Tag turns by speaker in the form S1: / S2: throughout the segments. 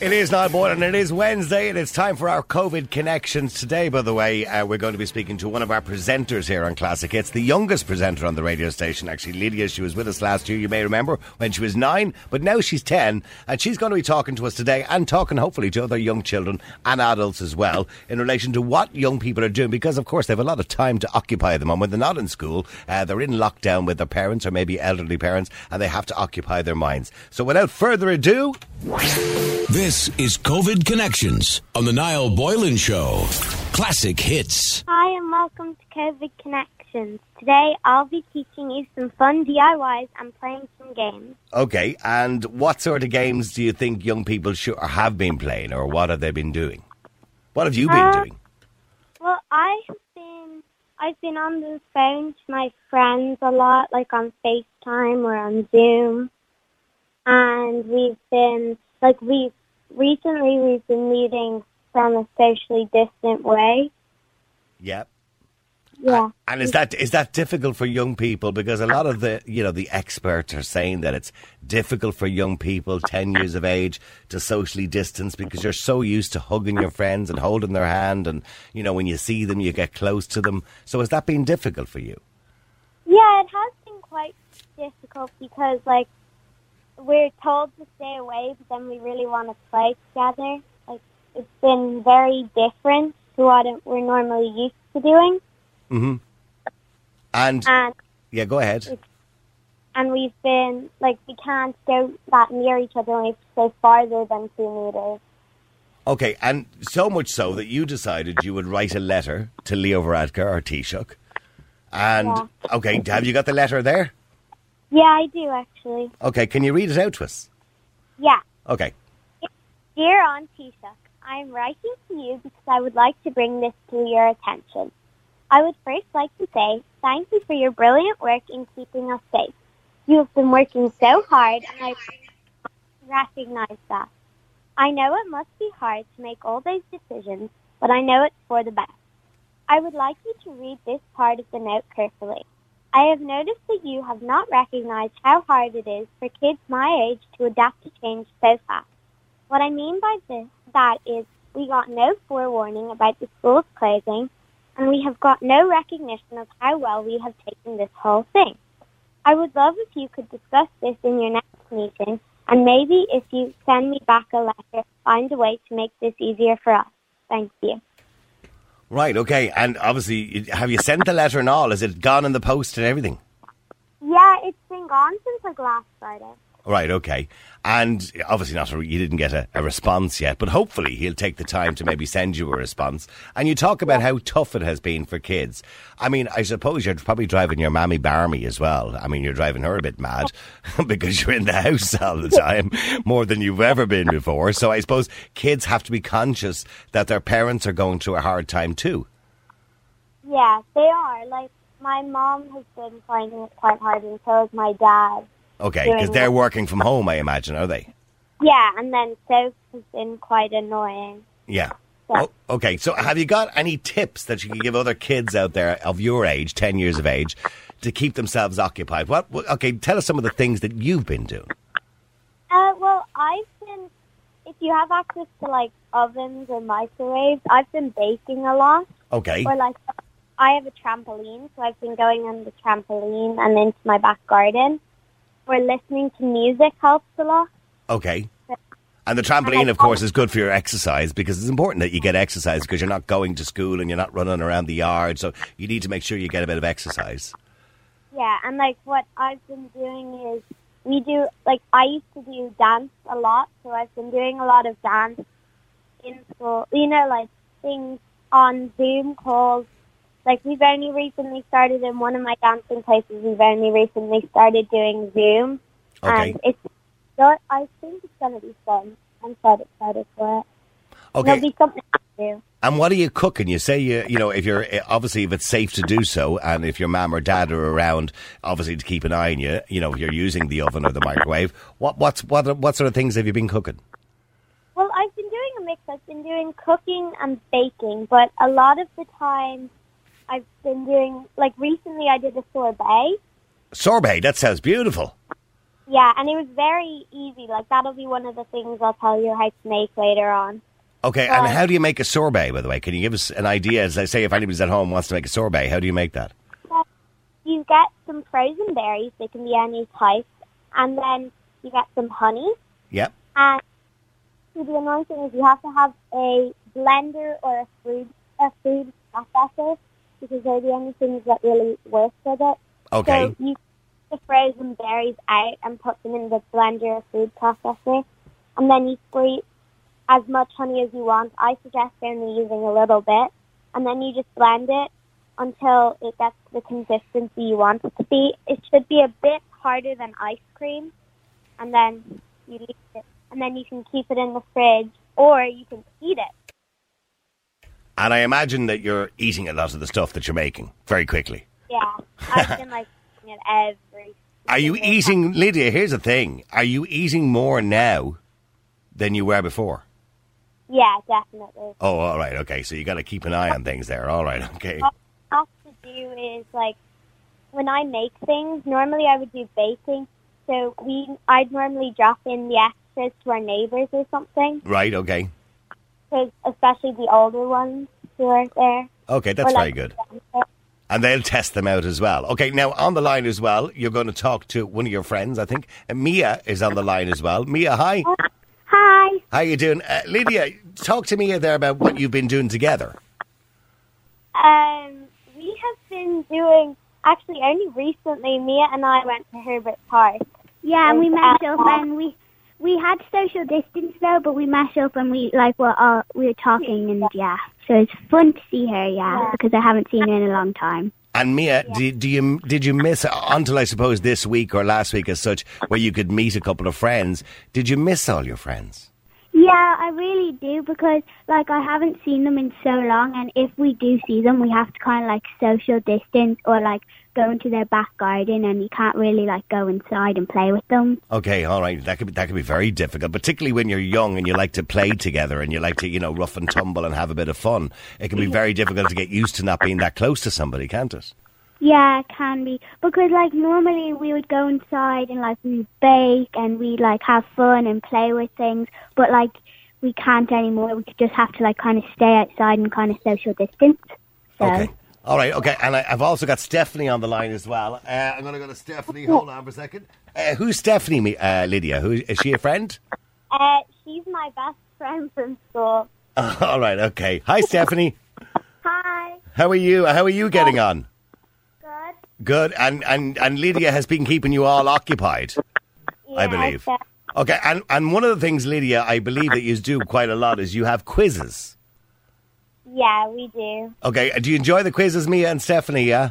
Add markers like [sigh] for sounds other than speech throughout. S1: It is Nightborn and it is Wednesday and it's time for our COVID connections today. By the way, uh, we're going to be speaking to one of our presenters here on Classic Hits, the youngest presenter on the radio station, actually, Lydia. She was with us last year, you may remember, when she was nine, but now she's 10 and she's going to be talking to us today and talking hopefully to other young children and adults as well in relation to what young people are doing because, of course, they have a lot of time to occupy them. And when they're not in school, uh, they're in lockdown with their parents or maybe elderly parents and they have to occupy their minds. So without further ado,
S2: This is COVID Connections on the Niall Boylan Show. Classic hits.
S3: Hi and welcome to COVID Connections. Today I'll be teaching you some fun DIYs and playing some games.
S1: Okay, and what sort of games do you think young people should or have been playing, or what have they been doing? What have you been
S3: Uh,
S1: doing?
S3: Well, I've been I've been on the phone to my friends a lot, like on FaceTime or on Zoom, and we've been like we recently we've been meeting from a socially distant way.
S1: Yeah.
S3: Yeah.
S1: And is that is that difficult for young people? Because a lot of the you know the experts are saying that it's difficult for young people ten years of age to socially distance because you're so used to hugging your friends and holding their hand, and you know when you see them you get close to them. So has that been difficult for you?
S3: Yeah, it has been quite difficult because like we're told to stay away, but then we really want to play together. Like it's been very different to what it- we're normally used to doing,
S1: And
S3: and
S1: yeah, go ahead.
S3: and we've been like we can't go that near each other. We have to stay farther than two meters.
S1: Okay, and so much so that you decided you would write a letter to Leo Varadkar or Taoiseach. And, okay, have you got the letter there?
S3: Yeah, I do actually.
S1: Okay, can you read it out to us?
S3: Yeah.
S1: Okay.
S3: Dear Aunt Taoiseach, I am writing to you because I would like to bring this to your attention. I would first like to say thank you for your brilliant work in keeping us safe. You have been working so hard and I recognize that. I know it must be hard to make all those decisions, but I know it's for the best. I would like you to read this part of the note carefully. I have noticed that you have not recognized how hard it is for kids my age to adapt to change so fast. What I mean by this, that is we got no forewarning about the school's closing, and we have got no recognition of how well we have taken this whole thing. I would love if you could discuss this in your next meeting, and maybe if you send me back a letter, find a way to make this easier for us. Thank you.
S1: Right, okay. And obviously, have you sent the letter and all? Is it gone in the post and everything?
S3: Yeah, it's been gone since like last Friday.
S1: Right, okay. And obviously, not a, you didn't get a, a response yet, but hopefully, he'll take the time to maybe send you a response. And you talk about how tough it has been for kids. I mean, I suppose you're probably driving your mammy barmy as well. I mean, you're driving her a bit mad [laughs] because you're in the house all the time more than you've ever been before. So I suppose kids have to be conscious that their parents are going through a hard time too.
S3: Yeah, they are. Like my mom has been finding it quite hard, and so has my dad.
S1: Okay, because
S3: Yeah.
S1: they're working from home, I imagine, are they?
S3: Yeah, and then Soph has been quite annoying.
S1: Yeah.
S3: Yeah.
S1: Oh, okay. So, have you got any tips that you can give other kids out there of your age, ten years of age, to keep themselves occupied? What? what- Okay, tell us some of the things that you've been doing.
S3: Uh, well, I've been, if you have access to like ovens or microwaves, I've been baking a lot.
S1: Okay.
S3: Or like, I have a trampoline, so I've been going on the trampoline and into my back garden. Or listening to music helps a lot.
S1: Okay. And the trampoline, of course, is good for your exercise because it's important that you get exercise because you're not going to school and you're not running around the yard. So you need to make sure you get a bit of exercise.
S3: Yeah, and like what I've been doing is we do like I used to do dance a lot, so I've been doing a lot of dance in school. You know, like things on Zoom calls. Like we've only recently started in one of my dancing places. We've only recently started doing Zoom,
S1: Okay.
S3: and it's. so I think it's gonna be fun. I'm quite excited for it.
S1: Okay.
S3: It'll be something to do.
S1: And what are you cooking? You say you you know if you're eh, obviously if it's safe to do so, and if your mum or dad are around, obviously to keep an eye on you. You know if you're using the oven or the microwave. What what's what what sort of things have you been cooking?
S3: Well, I've been doing a mix. I've been doing cooking and baking, but a lot of the time I've been doing, like recently I did a sorbet.
S1: Sorbet. That sounds beautiful.
S3: Yeah, and it was very easy. Like, that'll be one of the things I'll tell you how to make later on.
S1: Okay, and how do you make a sorbet, by the way? Can you give us an idea? As I say, if anybody's at home wants to make a sorbet, how do you make that?
S3: You get some frozen berries, they can be any type, and then you get some honey.
S1: Yep.
S3: And so the annoying thing is you have to have a blender or a food, a food processor because they're the only things that really work with it.
S1: Okay.
S3: So you take the frozen berries out and put them in the blender or food processor, and then you squeeze as much honey as you want. I suggest only using a little bit, and then you just blend it until it gets the consistency you want it to be. It should be a bit harder than ice cream, and then you leave it, and then you can keep it in the fridge, or you can eat it.
S1: And I imagine that you're eating a lot of the stuff that you're making very quickly.
S3: Yeah, I've
S1: [laughs]
S3: been like eating it every.
S1: Are you
S3: single
S1: eating, Lydia? Here's the thing: Are you eating more now than you were before?
S3: time. Yeah, definitely.
S1: Oh, all right, okay. So you got to keep an eye on things there. All right, [laughs] okay.
S3: All I have to do is like when I make things. Normally, I would do baking, so we I'd normally drop in the extras to our neighbors or something,
S1: Right, okay,
S3: 'cause especially the older ones who are there.
S1: okay. That's
S3: or,
S1: very
S3: like,
S1: good. And they'll test them out as well. Okay, now on the line as well, you're going to talk to one of your friends, I think. And Mia is on the line as well. Mia, hi.
S3: Hi.
S1: How you doing, uh, Lydia? Talk to Mia there about what you've been doing together.
S3: Um, we have been doing actually only recently. Mia and I went to Herbert Park.
S4: Yeah, and we
S3: Is
S4: met
S3: that
S4: up and we we had social distance though, but we met up and we like were all we were talking and yeah. So it's fun to see her, yeah, because I haven't seen her in a long time.
S1: And Mia, do, do you did you miss uh, until I suppose this week or last week as such, where you could meet a couple of friends? Did you miss all your friends?
S4: Yeah, I really do because like I haven't seen them in so long and if we do see them we have to kinda like social distance or like go into their back garden and you can't really like go inside and play with them.
S1: Okay, all right. That could be that could be very difficult, particularly when you're young and you like to play together and you like to you know rough and tumble and have a bit of fun. It can be very difficult to get used to not being that close to somebody, can't it?
S4: Yeah, it can be because like normally we would go inside and like we would bake and we like have fun and play with things, but like we can't anymore. We just have to like kind of stay outside and kind of social distance. So
S1: Okay. All right, okay, and I, I've also got Stephanie on the line as well. Uh, I'm going to go to Stephanie. Hold on for a second. Uh, who's Stephanie, me- uh, Lydia? Who is she? A friend? [laughs]
S3: Uh, she's my best friend from school.
S1: all right, okay. Hi, Stephanie.
S3: Hi.
S1: How are you? How are you getting on?
S3: Good.
S1: Good. And and and Lydia has been keeping you all occupied, I believe.
S3: so-
S1: Okay. And and one of the things, Lydia, I believe that you do quite a lot is you have quizzes.
S3: Yeah, we do.
S1: Okay. uh, Do you enjoy the quizzes, Mia and Stephanie? Yeah.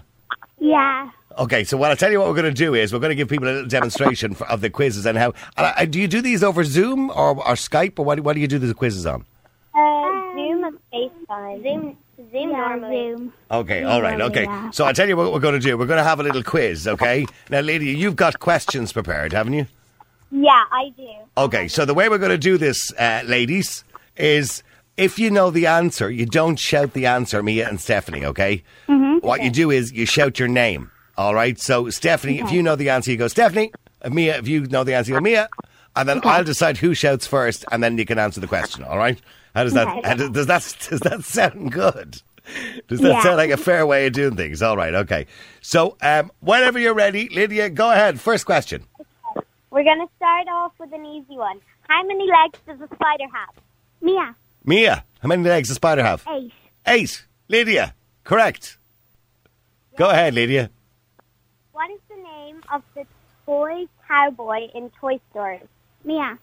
S4: yeah,
S1: Okay. So what I'll tell you what we're going to do is we're going to give people a little demonstration for, of the quizzes and how. And I, do you do these over Zoom or, or Skype or what? do- What do you do the quizzes on?
S3: Uh, Zoom and FaceTime. Zoom, Zoom
S4: yeah, Zoom.
S1: Okay, all right, okay.
S4: yeah.
S1: So I'll tell you what we're going to do. We're going to have a little quiz, okay? Now, Lydia, you've got questions prepared, haven't you?
S3: Yeah, I do.
S1: Okay, so the way we're going to do this, uh, ladies, is if you know the answer, you don't shout the answer, Mia and Stephanie, okay? Mm-hmm. What you do is you shout your name, all right? So, Stephanie, if you know the answer, you go, Stephanie. And Mia, if you know the answer, you go, Mia. And then I'll decide who shouts first, and then you can answer the question, all right? How does that, how does, does that, does that sound good? Does that
S4: Yeah.
S1: sound like a fair way of doing things? All right, okay. So, um, whenever you're ready, Lydia, go ahead. First question.
S3: We're going to start off with an easy one. How many legs does a spider have?
S4: Mia,
S1: Mia, how many legs does a spider have?
S4: Ace,
S1: Eight. Lydia. Correct. Go ahead, Lydia.
S3: What is the name of the toy cowboy in Toy Story?
S4: Mia,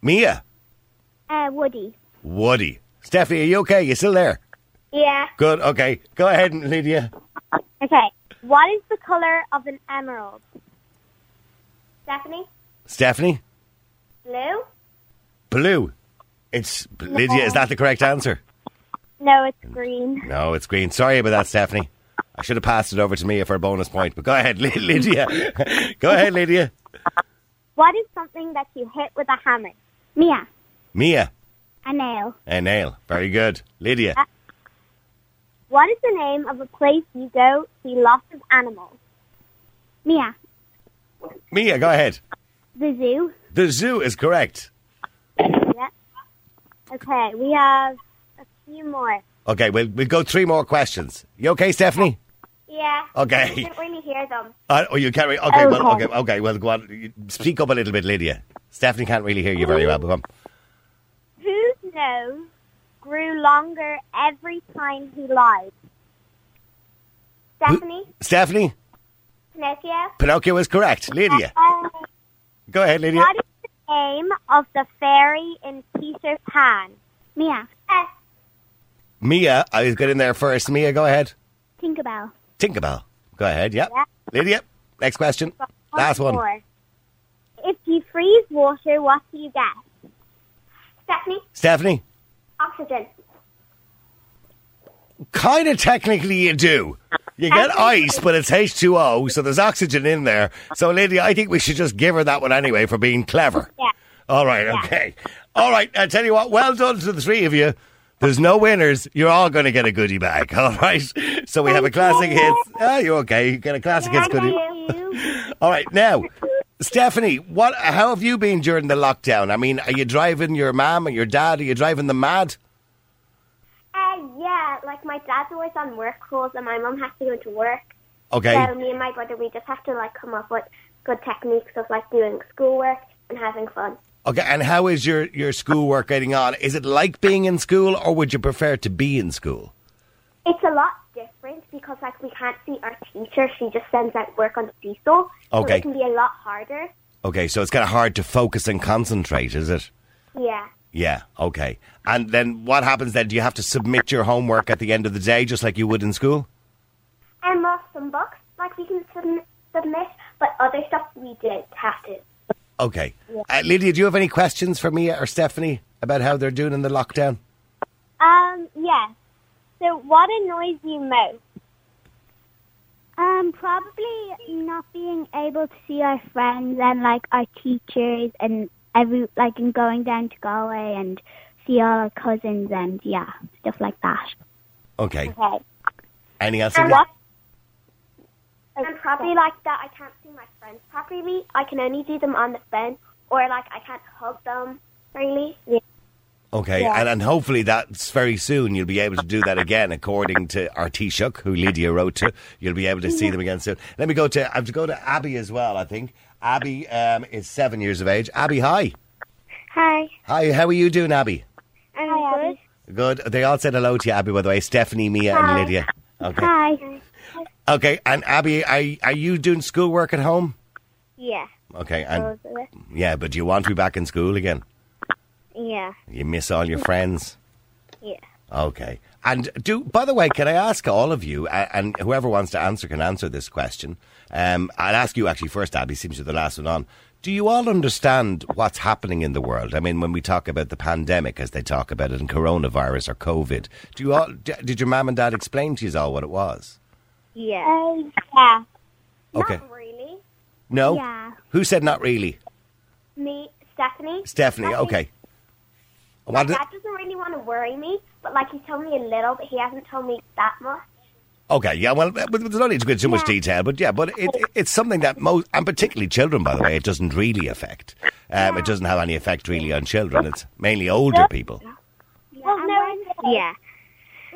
S1: Mia.
S4: uh, Woody,
S1: Woody. Stephanie, are you okay? You still there?
S3: Yeah.
S1: Good. Okay. Go ahead, Lydia.
S3: Okay. What is the color of an emerald? Stephanie?
S1: Stephanie.
S3: Blue?
S1: Blue. It's Lydia. Is that the correct answer?
S3: No, it's green.
S1: No, it's green. Sorry about that, Stephanie. I should have passed it over to Mia for a bonus point. But go ahead, [laughs] Ly- Lydia. go ahead, Lydia.
S3: What is something that you hit with a hammer?
S4: Mia,
S1: Mia.
S4: a nail,
S1: A nail. Very good, Lydia.
S3: What is the name of a place you go see lots of animals?
S4: Mia,
S1: Mia, go ahead.
S4: The zoo.
S1: The zoo is correct.
S4: Yeah.
S3: Okay, we have a few more.
S1: Okay, we'll, we'll go three more questions. You okay, Stephanie?
S3: Yeah.
S1: Okay.
S3: I didn't really hear them.
S1: Uh, oh, you can't re- okay, well, okay,
S4: Okay.
S1: okay, well, go on. You- Speak up a little bit, Lydia. Stephanie can't really hear you very well. But come.
S3: Whose nose grew longer every time he lied? Stephanie?
S1: Stephanie,
S3: Pinocchio?
S1: Pinocchio is correct. Lydia,
S3: Uh,
S1: go ahead, Lydia.
S3: What is the name of the fairy in Peter Pan?
S4: Mia.
S3: Uh,
S1: Mia, I was good in there first. Mia, go ahead.
S4: Tinkerbell.
S1: Tinkerbell, go ahead. Yep.
S3: Yeah.
S1: Lydia, next question. Last one.
S3: more. If you freeze water, what do you get? Stephanie?
S1: Stephanie,
S3: Oxygen.
S1: kind of technically you do. You get ice, but it's H2O, so there's oxygen in there. So, Lydia, I think we should just give her that one anyway for being clever.
S3: Yeah.
S1: All right, okay. All right, I tell you what, well done to the three of you. There's no winners. You're all going to get a goodie bag, [laughs] all right? So we have a classic hits. Ah, you're okay. You get a classic hits goodie. All right, now, Stephanie, what? How have you been during the lockdown? I mean, are you driving your mom or your dad? Are you driving them mad?
S3: Uh, yeah, like my dad's always on work calls and my mum has to go to work.
S1: Okay.
S3: So me and my brother, we just have to like come up with good techniques of like doing schoolwork and having fun.
S1: Okay, and how is your, your schoolwork getting on? Is it like being in school or would you prefer to be in school?
S3: It's a lot different because like we can't see our teacher. She just sends out work on diesel. So
S1: Okay.
S3: it can be a lot harder.
S1: Okay, so it's kind of hard to focus and concentrate, is it?
S3: Yeah.
S1: Yeah, okay. And then what happens then? Do you have to submit your homework at the end of the day just like you would in school?
S3: And well, some books like we can sub- submit, but other stuff we didn't have to.
S1: Okay. Uh, Lydia, do you have any questions for me or Stephanie about how they're doing in the lockdown?
S3: Um, yeah. So what annoys you most?
S4: Um, probably not being able to see our friends and like our teachers and every like and going down to Galway and see all our cousins and yeah stuff like that.
S1: Okay.
S3: Okay.
S1: Any else?
S3: And what? And probably like that, I can't see my friends properly. I can only do them on the phone, or like I can't hug them really. Yeah.
S1: Okay,
S3: Yeah.
S1: and, and hopefully that's very soon. You'll be able to do that again, according to our Taoiseach, who Lydia wrote to. You'll be able to see them again soon. Let me go to, I have to go to Abby as well, I think. Abby um, is seven years of age. Abby, hi.
S3: Hi.
S1: Hi, how are you doing, Abby?
S3: I'm good.
S1: Good. They all said hello to you, Abby, by the way. Stephanie, Mia, and Lydia. Okay.
S4: Hi.
S1: Okay, and Abby, are, are you doing schoolwork at home?
S3: Yeah.
S1: Okay,
S3: Uh,
S1: and yeah, but do you want to be back in school again?
S3: Yeah.
S1: You miss all your friends?
S3: Yeah.
S1: Okay. And do by the way, can I ask all of you, uh, and whoever wants to answer can answer this question. Um, I'll ask you actually first, Abby, since you're the last one on. Do you all understand what's happening in the world? I mean, when we talk about the pandemic, as they talk about it, and coronavirus or COVID, do you all? d- Did your mum and dad explain to you all what it was?
S3: Yeah.
S4: Uh,
S3: yeah.
S1: Okay.
S3: Not really.
S1: No.
S4: Yeah.
S1: Who said not really?
S3: Me, Stephanie.
S1: Stephanie.
S3: Nothing.
S1: Okay.
S3: My
S1: What did-
S3: dad doesn't really want to worry me, but like he told me a little, but he hasn't told me that much.
S1: Okay, yeah, well, uh, but there's no need to go into too much detail, but yeah, but it, it, it's something that most, and particularly children, by the way, it doesn't really affect. Um, It doesn't have any effect really on children. It's mainly older people.
S4: Well,
S3: And
S4: no,
S3: when-
S4: it's-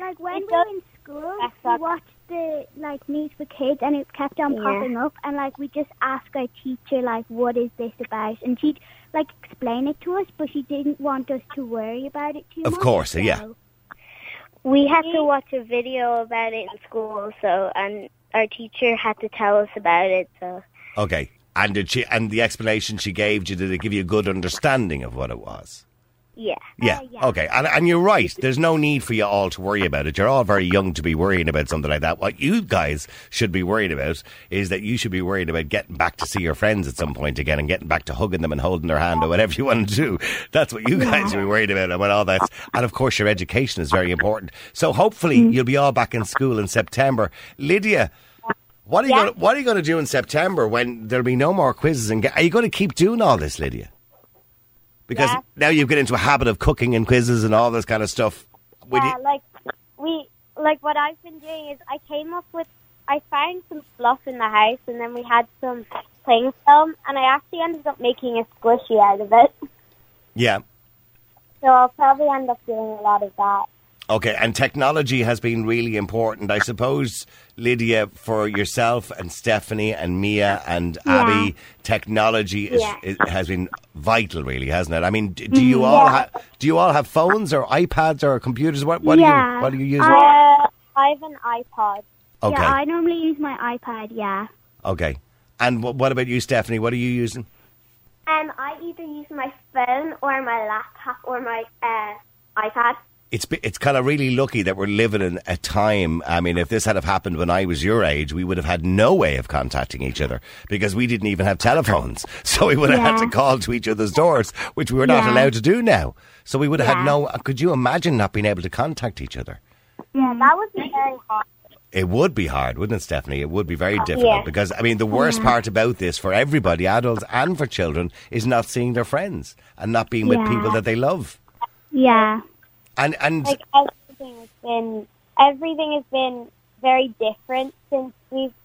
S4: like when we were in school,
S3: That's
S4: we
S3: not-
S4: watched the like news for kids, and it kept on
S3: Yeah.
S4: popping up, and like we just asked our teacher like, "What is this about?" And she'd like explain it to us, but she didn't want us to worry about it too
S1: Of
S4: much.
S1: course, yeah.
S4: so-
S5: We had to watch a video about it in school, so and our teacher had to tell us about it. So
S1: Okay, and did she? And the explanation she gave you did it give you a good understanding of what it was?
S5: yeah,
S1: Yeah.
S4: yeah.
S1: Okay. And, and you're right. There's no need for you all to worry about it. You're all very young to be worrying about something like that. What you guys should be worried about is that you should be worried about getting back to see your friends at some point again and getting back to hugging them and holding their hand or whatever you want to do. That's what you guys should be worried about and what all that. And of course, your education is very important. So hopefully you'll be all back in school in September. Lydia. What are you gonna, What are you going to do in September when there'll be no more quizzes? And ga- are you going to keep doing all this, Lydia? Because
S3: Yeah.
S1: now you get into a habit of cooking and quizzes and all this kind of stuff. Would
S3: Yeah,
S1: you-
S3: like we like what I've been doing is I came up with I found some fluff in the house and then we had some playing film, and I actually ended up making a squishy out of it. [laughs]
S1: Yeah.
S3: So I'll probably end up doing a lot of that.
S1: Okay, and technology has been really important, I suppose, Lydia, for yourself and Stephanie and Mia and Abby. Technology is,
S3: Yeah.
S1: is, has been vital, really, hasn't it? I mean, d- do you all ha- do you all have phones or iPads or computers? What what do
S4: Yeah.
S1: you what do you use?
S3: Uh, I have an iPod.
S1: okay,
S4: Yeah, I normally use my iPad, yeah.
S1: okay. And wh- what about you, Stephanie? What are you using?
S3: Um, I either use my phone or my laptop or my uh, iPad.
S1: it's be- it's kind of really lucky that we're living in a time. I mean, if this had have happened when I was your age, we would have had no way of contacting each other because we didn't even have telephones. [laughs] So we would have had
S4: Yeah.
S1: to call to each other's doors, which we were not
S4: Yeah.
S1: allowed to do now. So we would have had
S4: Yeah.
S1: no. Could you imagine not being able to contact each other?
S4: Yeah,
S3: That would be very hard.
S1: It would be hard, wouldn't it, Stephanie? It would be
S4: Uh,
S1: very difficult
S3: yeah.
S1: because, I mean, the worst
S4: Mm-hmm.
S1: part about this for everybody, adults and for children, is not seeing their friends and not being with
S4: Yeah.
S1: people that they love.
S4: yeah.
S1: And, and
S3: Like everything has been, everything has been very different since we've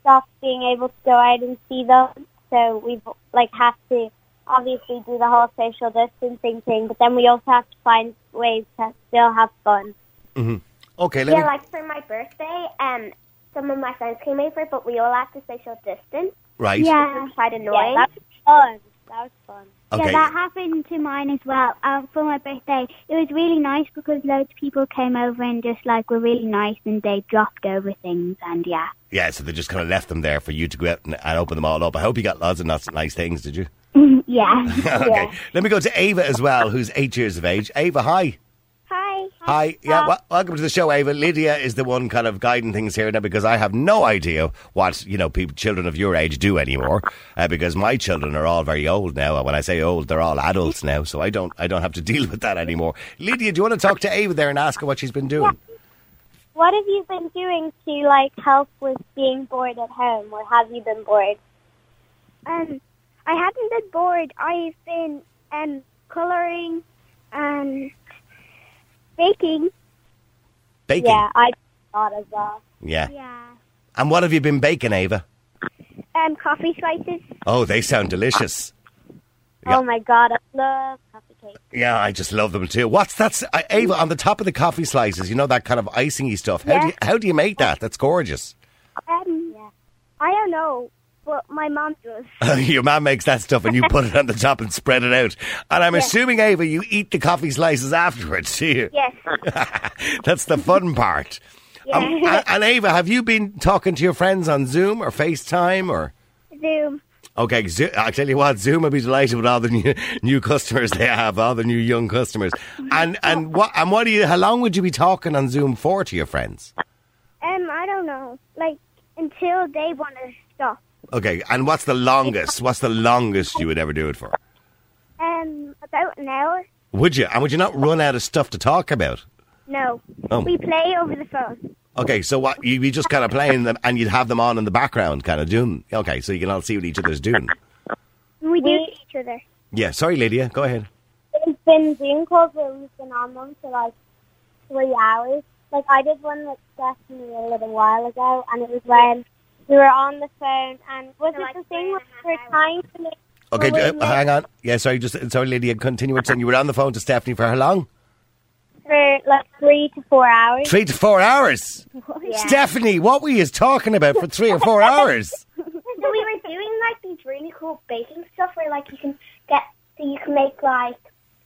S3: stopped being able to go out and see them. So we've like have to obviously do the whole social distancing thing, but then we also have to find ways to still have fun.
S1: okay, let
S6: Yeah,
S1: me,
S6: like for my birthday, um, some of my friends came over, but we all had to social distance,
S1: right.
S6: which
S4: Yeah.
S6: was quite annoying.
S3: Yeah, that was fun. That was fun.
S1: Okay.
S4: Yeah, that happened to mine as well. Um, for my birthday, it was really nice because loads of people came over and just like were really nice and they dropped over things and yeah.
S1: Yeah, so they just kind of left them there for you to go out and, and open them all up. I hope you got lots of nice, nice things, did you?
S4: yeah.
S1: [laughs] okay. Let me go to Ava as well, who's eight years of age. Ava, hi.
S6: Hi.
S1: Hi. Yeah, wel- welcome to the show, Ava. Lydia is the one kind of guiding things here now because I have no idea what, you know, people, children of your age do anymore uh, because my children are all very old now. And when I say old, they're all adults now. So I don't, I don't have to [laughs] deal with that anymore. Lydia, do you want to talk to Ava there and ask her what she's been doing?
S3: What have you been doing to like help with being bored at home, or have you been bored?
S6: Um, I haven't been bored. I've been um coloring and baking.
S1: Baking.
S3: Yeah, I thought as well.
S1: Yeah.
S4: yeah.
S1: And what have you been baking, Ava?
S6: Um, coffee slices.
S1: Oh, they sound delicious. Yeah.
S3: Oh my god, I love coffee cake.
S1: Yeah, I just love them too. What's that, s- I- Ava? On the top of the coffee slices, you know that kind of icingy stuff. How do you, how do you make that? That's gorgeous. [laughs]
S6: Um,
S3: Yeah.
S6: I don't know, but my mom does.
S1: Your mom makes that stuff, and you put it on the top and spread it out. And I'm assuming, Ava, you eat the coffee slices afterwards. Do you? [laughs]
S6: Yes.
S1: That's the fun part. Um, and, and Ava, have you been talking to your friends on Zoom or FaceTime or?
S6: Zoom.
S1: Okay, Zo- I tell you what, Zoom will be delighted with all the new, [laughs] new customers they have, all the new young customers. And and what and what do you? How long would you be talking on Zoom for to your friends?
S6: Um, I don't know. Like until they want to stop.
S1: Okay, and what's the longest? What's the longest you would ever do it for?
S6: Um, about an hour.
S1: Would you? And would you not run out of stuff to talk about?
S6: No.
S1: Oh.
S6: We play over the phone.
S1: Okay, so what you'd be just kind of playing them, and you'd have them on in the background, kind of doing. Okay, so you can all see what each other's doing.
S6: We do
S3: We-
S6: see each other.
S1: Yeah, sorry, Lydia, go ahead.
S3: There's been Zoom calls where we've been on them for like three hours. Like I did one with Stephanie a little while ago, and it was when we were on the phone, and was it
S6: like,
S3: the
S6: three
S3: thing where
S6: and a
S3: we were
S6: half
S3: trying to make
S1: Okay,
S3: Well,
S1: uh,
S3: wait,
S1: hang on. Yeah, sorry, just sorry, Lydia. Continue with saying you were on the phone to Stephanie for how long?
S3: for like three to four hours?
S1: Three to four hours. Stephanie, what were you talking about for three or four hours?
S6: So we were doing like these really cool baking stuff where like you can get so you can make like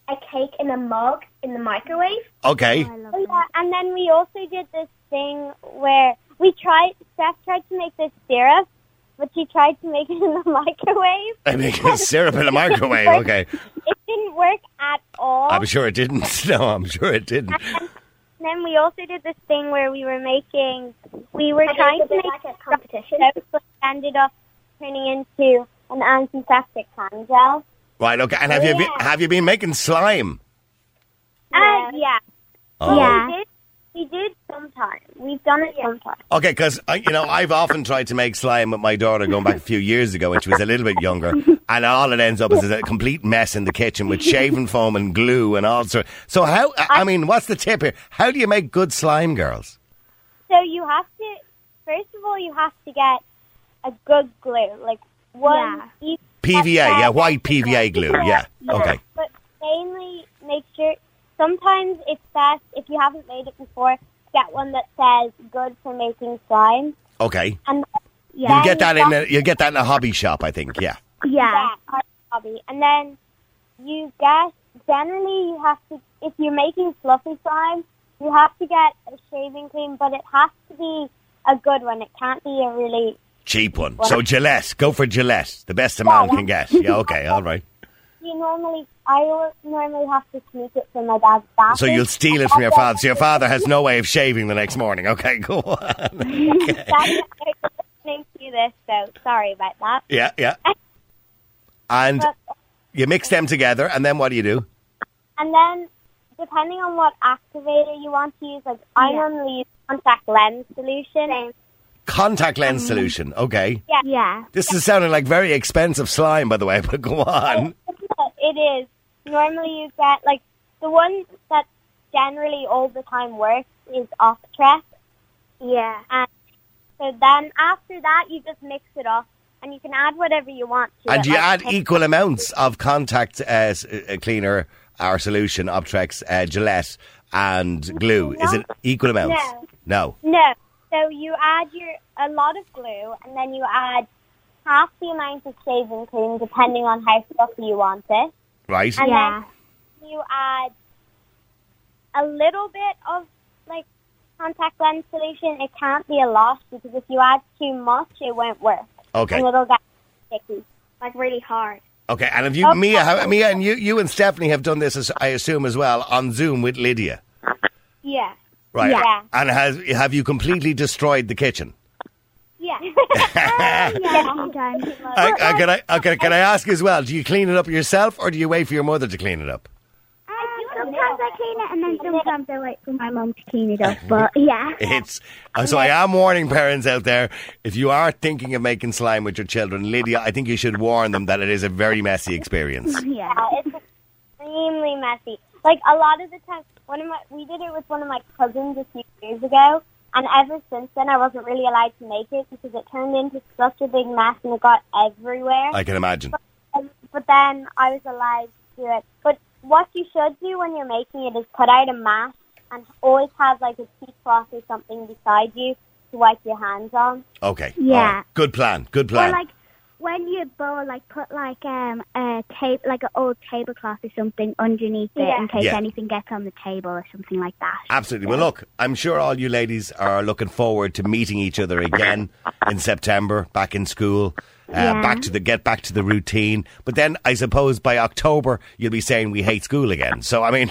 S6: a cake in a mug in the microwave.
S1: Okay.
S4: I love
S3: Oh,
S4: it.
S3: yeah, and then we also did this thing where we tried. Steph tried to make this syrup, but she tried to make it in the [laughs] microwave.
S1: I mean, [laughs] syrup in a microwave. Okay.
S3: It didn't work at all.
S1: I'm sure it didn't. [laughs] No, I'm sure it didn't.
S3: And then we also did this thing where we were making, we were
S6: And
S3: trying
S6: it's a
S3: to
S6: bit
S3: make
S6: like a competition.
S3: soap, but it ended up turning into an antiseptic hand gel.
S1: Right. Okay. And have you been, have you been making slime?
S3: Yeah. And yeah,
S1: Oh.
S4: Yeah.
S3: we did. We did sometimes. We've done it sometimes.
S1: Okay, because you know I've often tried to make slime with my daughter going back a few years ago when she was a little bit [laughs] younger, and all it ends up is a complete mess in the kitchen with shaving foam and glue and all sorts. So how? uh, I I mean, what's the tip here? How do you make good slime, girls?
S3: So you have to, first of all, you have to get a good glue, like One each
S1: PVA, yeah, white PVA glue, yeah. Okay.
S3: But mainly make sure. Sometimes it's best if you haven't made it before, get one that says "good for making slime."
S1: Okay.
S3: And
S1: You will get that in a, you'll get that in a hobby shop, I think. Yeah.
S4: Yeah.
S3: yeah, our hobby. And then you get generally you have to if you're making fluffy slime, you have to get a shaving cream, but it has to be a good one. It can't be a really
S1: Cheap one. So Gillette, go for Gillette. The best a man can get. Yeah, okay, all right.
S3: you normally I al- normally have to sneak it from my dad's bathroom.
S1: So you'll steal it from your father. So your father has no way of shaving the next morning. Okay, [laughs] go on.
S3: Daddy, I'm listening to this, so sorry about that.
S1: Yeah, yeah. And you mix them together, and then what do you do?
S3: And then depending on what activator you want to use, like I normally use contact lens solution.
S1: Contact lens solution. Okay.
S4: Yeah.
S1: This is sounding like very expensive slime, by the way, [laughs] but go
S3: Oh,
S1: on.
S3: It is. Normally you get, like, the one that generally all the time works is Octrex.
S5: Yeah.
S3: And so then after that, you just mix it up and you can add whatever you want to
S1: And
S3: it,
S1: you
S3: like
S1: add
S3: pepper-
S1: equal amounts of contact uh, s- uh, cleaner, our solution, Optrex, uh, Gillette, and glue. Is it equal amounts? No.
S3: No. So you add your a lot of glue and then you add half the amount of shaving cream depending on how fluffy you want it.
S1: Right?
S3: And
S4: Yeah.
S3: then you add a little bit of like contact lens solution. It can't be a lot because if you add too much, it won't work.
S1: Okay.
S3: And it'll get sticky, like really hard.
S1: Okay. And have you,
S3: Okay.
S1: Mia, how, Mia, and you, you and Stephanie have done this, as, I assume, as well, on Zoom with Lydia.
S3: Yeah.
S1: Right.
S3: Yeah.
S1: And has, have you completely destroyed the kitchen?
S3: Yeah.
S4: Yeah. Sometimes.
S1: I, I, can, I, okay, can I ask as well, do you clean it up yourself or do you wait for your mother to clean it up?
S4: Sometimes I clean it, and then sometimes I wait for my mum to clean it up. But yeah,
S1: It's uh, so I am warning parents out there. If you are thinking of making slime with your children, Lydia, I think you should warn them that it is a very messy experience.
S4: yeah,
S3: Yeah, Uh, it's extremely messy. Like a lot of the time, one of my we did it with one of my cousins a few years ago, and ever since then I wasn't really allowed to make it because it turned into such a big mess and it got everywhere.
S1: I can imagine.
S3: And- but then I was allowed to do it. But what you should do when you're making it is put out a mask and always have like a cheesecloth or something beside you to wipe your hands on.
S1: Okay.
S4: Yeah.
S1: All right. Good plan. Good
S4: or
S1: plan.
S4: like when you bowl, like put like um a tape, like an old tablecloth or something underneath it
S3: Yeah.
S4: in case
S1: Yeah.
S4: anything gets on the table or something like that.
S1: Absolutely. Well, look, I'm sure all you ladies are looking forward to meeting each other again in September, back in school, uh,
S4: Yeah.
S1: back to the get back to the routine. But then, I suppose by October you'll be saying we hate school again. So I mean,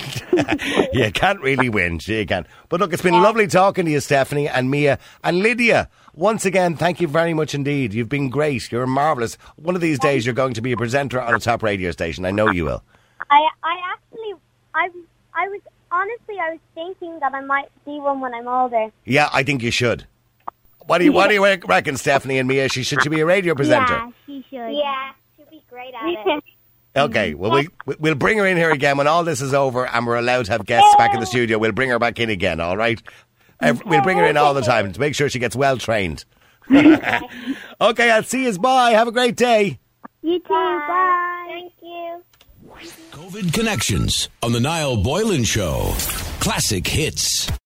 S1: [laughs] you can't really win. You can. But look, it's been lovely talking to you, Stephanie and Mia and Lydia. Once again, thank you very much indeed. You've been great. You're marvelous. One of these days, you're going to be a presenter on a top radio station. I know you will.
S3: I I actually I I was honestly I was thinking that I might be one when I'm older.
S1: Yeah, I think you should. What do you, what do you rec- reckon, Stephanie and Mia? She should she be a radio presenter?
S4: Yeah, she should.
S6: Yeah, she'll be great at it.
S1: Okay, well, we, we- we'll bring her in here again when all this is over and we're allowed to have guests back in the studio. We'll bring her back in again, all right? Ev- We'll bring her in all the time to make sure she gets well trained. [laughs] okay, I'll see you. Bye. Have a great day.
S4: You too. Bye.
S6: Thank you.
S2: COVID Connections on the Niall Boylan Show. Classic hits.